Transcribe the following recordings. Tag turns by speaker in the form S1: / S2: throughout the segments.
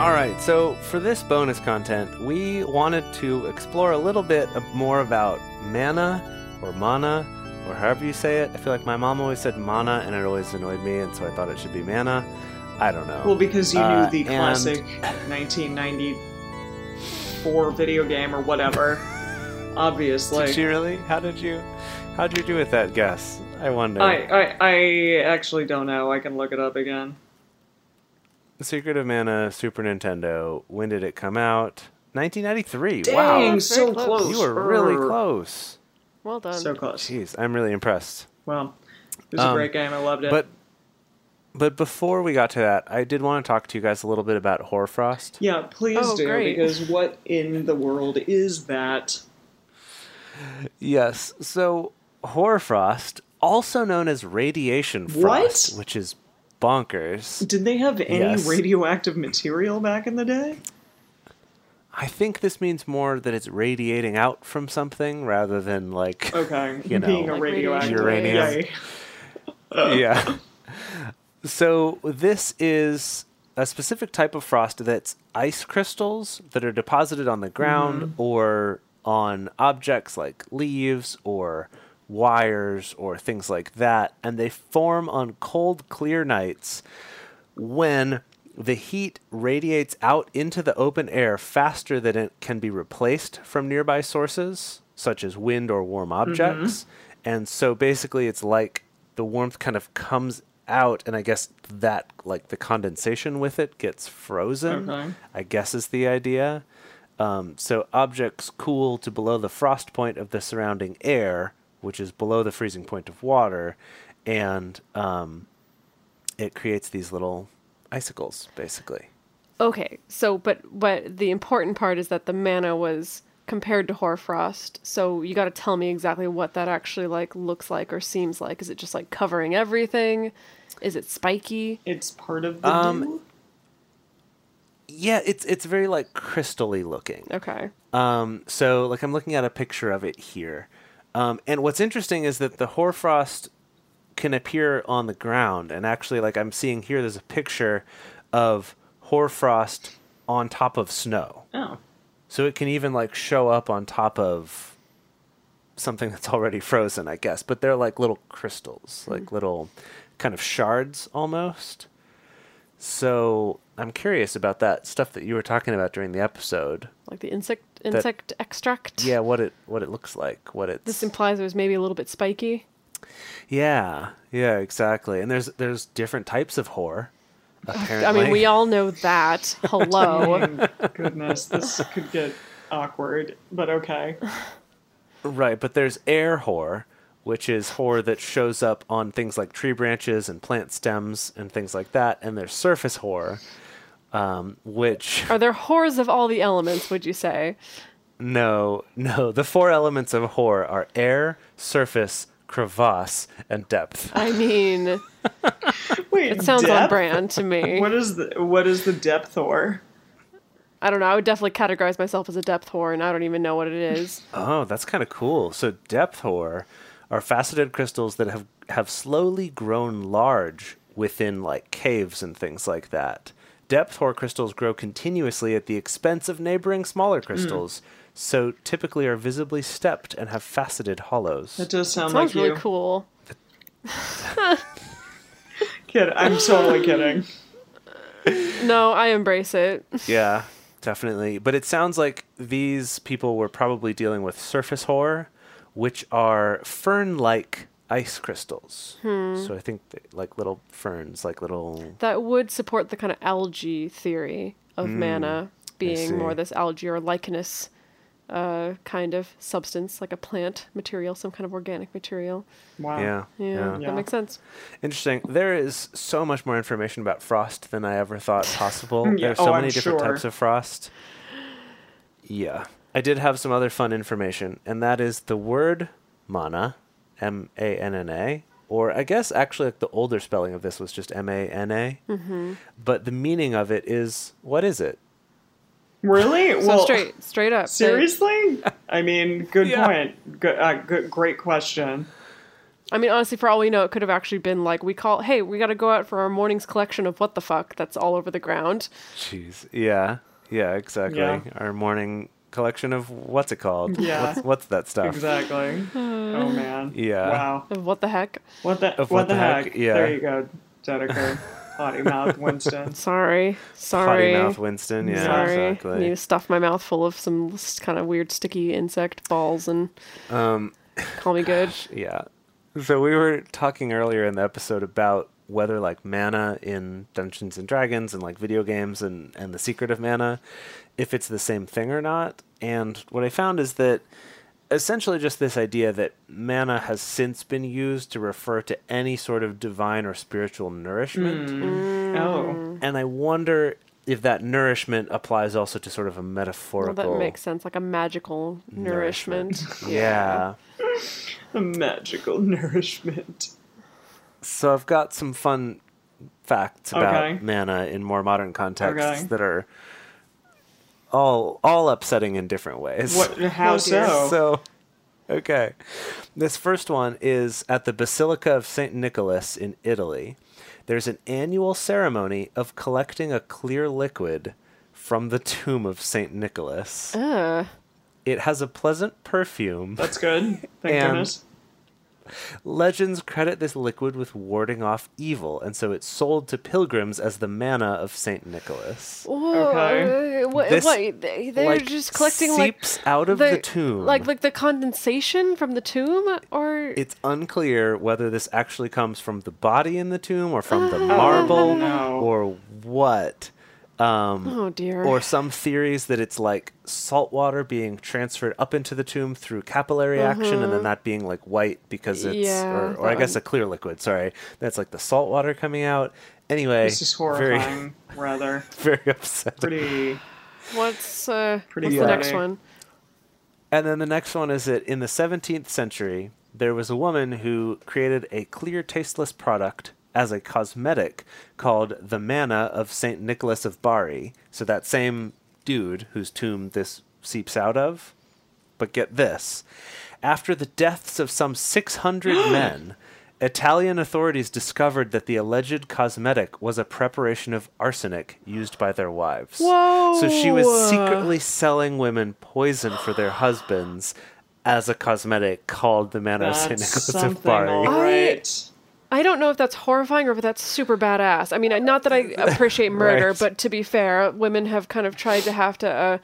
S1: All right, so for this bonus content, we wanted to explore a little bit of- more about mana or mana or however you say it. I feel like my mom always said mana and it always annoyed me, and so I thought it should be mana. I don't know.
S2: Well, because you
S1: Uh,
S2: knew the
S1: and-
S2: classic 1994 video game or whatever. Obviously.
S1: did you really? How did you? How would you do with that guess? I wonder.
S2: I, I, I actually don't know. I can look it up again.
S1: Secret of Mana, Super Nintendo. When did it come out? 1993.
S2: Dang,
S1: wow,
S3: Very
S2: so
S3: close.
S2: close.
S1: you were really
S2: Err.
S1: close.
S3: Well done.
S2: So close.
S1: Jeez, I'm really impressed.
S2: Well, it was
S1: Um,
S2: a great game. I loved it.
S1: But but before we got to that, I did want to talk to you guys a little bit about Horfrost.
S2: yeah, please
S3: Oh,
S2: do
S3: great.
S2: because what in the world is that?
S1: Yes. So Horfrost, also known as radiation frost,
S2: What?
S1: which is bonkers.
S2: Did they have any
S1: Yes.
S2: radioactive material back in the day?
S1: I think this means more that it's radiating out from something rather than like
S2: Okay,
S1: You know,
S2: being a
S1: Like
S2: radioactive
S1: radiation
S2: Yeah.
S1: yeah. So this is a specific type of frost that's ice crystals that are deposited on the ground or on objects like leaves or wires or things like that and they form on cold clear nights when the heat radiates out into the open air faster than it can be replaced from nearby sources, such as wind or warm objects. And so basically, it's like the warmth kind of comes out, and I guess that, like the condensation with it, gets frozen,
S2: Okay.
S1: I guess is the idea. Um, so objects cool to below the frost point of the surrounding air, which is below the freezing point of water, and um, it creates these little icicles, basically.
S3: Okay, so but but the important part is that the mana was compared to hoarfrost. So you got to tell me exactly what that actually like looks like or seems like. Is it just like covering everything? Is it spiky?
S2: It's part of the
S1: Um,
S2: dew?
S1: Yeah, it's it's very like crystally looking.
S3: Okay.
S1: Um, so like I'm looking at a picture of it here, um, and what's interesting is that the hoarfrost can appear on the ground, and actually like I'm seeing here, there's a picture of hoarfrost on top of snow,
S2: Oh,
S1: so it can even like show up on top of something that's already frozen, I guess. But they're like little crystals, like little kind of shards almost. So I'm curious about that stuff that you were talking about during the episode.
S3: Like the insect insect extract.
S1: Yeah, what it what it looks like, what it's
S3: This implies it was maybe a little bit spiky.
S1: yeah, yeah, exactly. And there's there's different types of whore. Apparently,
S3: I mean, we all know that. Hello.
S2: goodness, this could get awkward, but okay.
S1: Right, but there's air whore, which is whore that shows up on things like tree branches and plant stems and things like that. And there's surface whore, um, which
S3: Are there whores of all the elements, would you say?
S1: no, no, the four elements of whore are air, surface, crevasse, and depth.
S3: I mean,
S2: Wait,
S3: it sounds on
S2: depth?
S3: brand to me.
S2: What is the what is the depth or?
S3: I don't know. I would definitely categorize myself as a depth whore, and I don't even know what it is.
S1: Oh, that's kind of cool. So depth whore are faceted crystals that have have slowly grown large within like caves and things like that. Depth whore crystals grow continuously at the expense of neighboring smaller crystals, so typically are visibly stepped and have faceted hollows.
S2: That does sound like
S3: Sounds
S2: you.
S3: really cool.
S2: Kid, I'm totally kidding.
S3: No, I embrace it.
S1: yeah, definitely. But it sounds like these people were probably dealing with surface whore, which are fern-like ice crystals. So I think they, like little ferns, like little
S3: That would support the kind of algae theory of mana
S1: see.
S3: being more this algae or lichenous uh, kind of substance, like a plant material, some kind of organic material.
S2: Wow.
S1: Yeah.
S3: Yeah,
S2: Yeah.
S3: that makes sense.
S1: Interesting. There is so much more information about frost than I ever thought possible.
S2: Yeah.
S1: There's so
S2: Oh,
S1: many
S2: I'm
S1: different
S2: sure.
S1: types of frost. Yeah. I did have some other fun information, and that is the word mana, M A N N A, or I guess actually like the older spelling of this was just M A N A.
S2: Mm-hmm.
S1: But the meaning of it is what is it?
S2: Really?
S3: So
S2: well,
S3: straight, straight up.
S2: Seriously? I mean, good
S1: Yeah.
S2: point. Good, uh, good, great question.
S3: I mean, honestly, for all we know, it could have actually been like we call, hey, we got to go out for our morning's collection of what the fuck that's all over the ground.
S1: Jeez. Yeah. Yeah, exactly.
S2: Yeah.
S1: Our morning collection of what's it called?
S2: Yeah.
S1: What's, what's that stuff?
S2: Exactly. oh man.
S1: Yeah.
S2: Wow.
S3: Of what the heck?
S2: What the
S1: Of what
S2: what, the,
S1: the
S2: heck?
S1: heck, yeah.
S2: There you go, Dedeker. Potty mouth Winston.
S3: Sorry,
S1: Potty
S3: sorry,
S1: mouth Winston. Yeah,
S3: sorry.
S1: exactly.
S3: You stuff my mouth full of some kind of weird sticky insect balls and
S1: Um,
S3: call me good.
S1: yeah. So we were talking earlier in the episode about whether like mana in Dungeons and Dragons and like video games and and the secret of mana, if it's the same thing or not. And what I found is that essentially just this idea that mana has since been used to refer to any sort of divine or spiritual nourishment.
S3: Mm.
S2: Oh.
S1: And I wonder if that nourishment applies also to sort of a
S3: Well,
S1: metaphorical
S3: that makes sense, like a magical nourishment.
S1: yeah.
S2: The magical nourishment.
S1: So I've got some fun facts about
S2: Okay.
S1: mana in more modern contexts
S2: Okay.
S1: that are all all upsetting in different ways.
S2: What how
S3: Oh, dear.
S2: so?
S1: So okay. This first one is at the Basilica of St. Nicholas in Italy. There's an annual ceremony of collecting a clear liquid from the tomb of St. Nicholas.
S3: Ugh.
S1: It has a pleasant perfume.
S2: That's good. Thank
S1: And-
S2: goodness.
S1: Legends credit this liquid with warding off evil, and so it's sold to pilgrims as the manna of Saint Nicholas.
S2: Okay.
S3: Wha- What,
S1: This,
S3: what- they, they're
S1: like,
S3: just collecting like
S1: seeps out of the tomb.
S3: like like the condensation from the tomb, or
S1: It's unclear whether this actually comes from the body in the tomb or from the
S3: Oh,
S1: marble
S2: no.
S1: or what. Um,
S3: oh dear,
S1: or some theories that it's like salt water being transferred up into the tomb through capillary action and then that being like white because it's
S3: Mm-hmm. Yeah,
S1: or,
S3: um,
S1: or i
S3: that
S1: guess
S3: one.
S1: a clear liquid sorry that's like the salt water coming out anyway
S2: This is horrifying, rather.
S1: very very upsetting
S2: Pretty
S3: what's uh,
S2: Pretty
S3: what's the next
S2: funny.
S3: one?
S1: and then the next one is that in the 17th century there was a woman who created a clear tasteless product as a cosmetic called the manna of saint nicholas of bari so that same dude whose tomb this seeps out of But get this. After the deaths of some 600 men, Italian authorities discovered that the alleged cosmetic was a preparation of arsenic used by their wives. So she was
S3: Whoa.
S1: secretly selling women poison for their husbands as a cosmetic called the Manor of St.
S2: that's
S1: Nicholas
S2: something
S1: of Bari.
S2: all right.
S3: I don't know if that's horrifying or if that's super badass. I mean, I- not that I appreciate murder,
S1: Right.
S3: but to be fair, women have kind of tried to have to uh,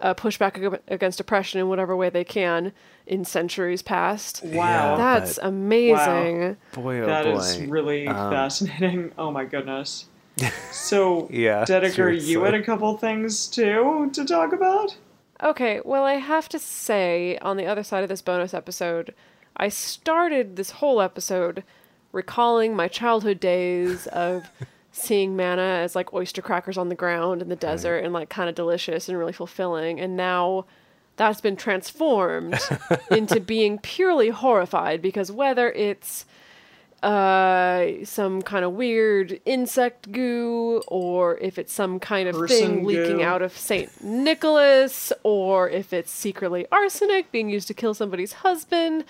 S3: uh, push back ag- against oppression in whatever way they can in centuries past.
S1: Yeah.
S2: Wow.
S3: That's
S1: but-
S3: amazing.
S1: Boy, oh
S2: That
S1: boy. Um,
S2: is really fascinating. Oh my goodness. So,
S1: Yeah,
S2: Dedeker, you
S1: seriously.
S2: had a couple things too to talk about?
S3: Okay, well, I have to say, on the other side of this bonus episode, I started this whole episode recalling my childhood days of seeing manna as like oyster crackers on the ground in the desert and like kind of delicious and really fulfilling. And now that's been transformed into being purely horrified because whether it's uh, some kind of weird insect goo, or if it's some kind of
S2: Person
S3: thing leaking
S2: goo.
S3: out of Saint Nicholas, or if it's secretly arsenic being used to kill somebody's husband.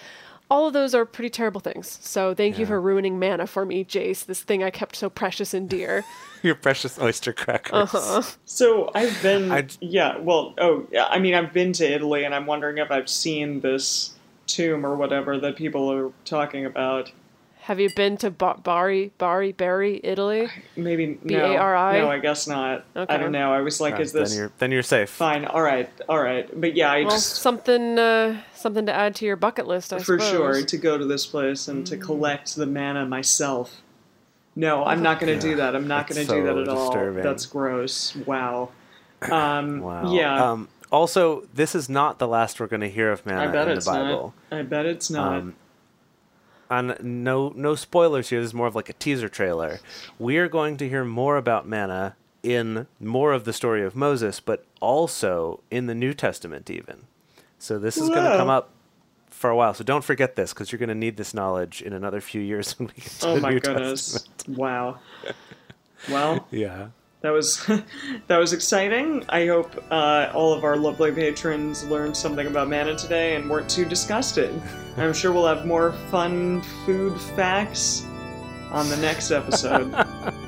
S3: All of those are pretty terrible things. So thank you for ruining mana for me, Jace. This thing I kept so precious and dear.
S1: Your precious oyster crackers.
S2: Uh-huh. So I've been,
S1: I-
S2: yeah. Well, oh, yeah, I mean, I've been to Italy, and I'm wondering if I've seen this tomb or whatever that people are talking about.
S3: Have you been to ba- Bari, Bari, Bari, Italy?
S2: Maybe
S3: B.A.R.I.?
S2: no, no, I guess not.
S3: Okay.
S2: I don't know. I was like,
S1: Uh,
S2: is this
S1: then, you're, then you're safe.
S2: fine? All right, all right. But yeah, I
S3: Well,
S2: just
S3: something, uh, something to add to your bucket list, I
S2: for
S3: suppose.
S2: sure to go to this place and to collect the mana myself. No, I'm not going to do that. I'm not going
S1: That's
S2: to do that
S1: so
S2: at
S1: disturbing.
S2: all. That's gross. Wow. Um,
S1: Wow.
S2: Yeah.
S1: Um, also, this is not the last we're going to hear of
S2: I
S1: Mana
S2: bet
S1: Uh, in the
S2: it's
S1: Bible.
S2: not. I bet it's not.
S1: Um, on no no spoilers here. This is more of like a teaser trailer. We are going to hear more about manna in more of the story of Moses, but also in the New Testament even. So this is going to
S2: Whoa.
S1: come up for a while. So don't forget this because you're going to need this knowledge in another few years when we get to
S2: Oh
S1: the
S2: my
S1: New
S2: goodness!
S1: Testament.
S2: Wow. Well,
S1: Yeah.
S2: that was that was exciting. I hope uh, all of our lovely patrons learned something about mana today and weren't too disgusted. I'm sure we'll have more fun food facts on the next episode.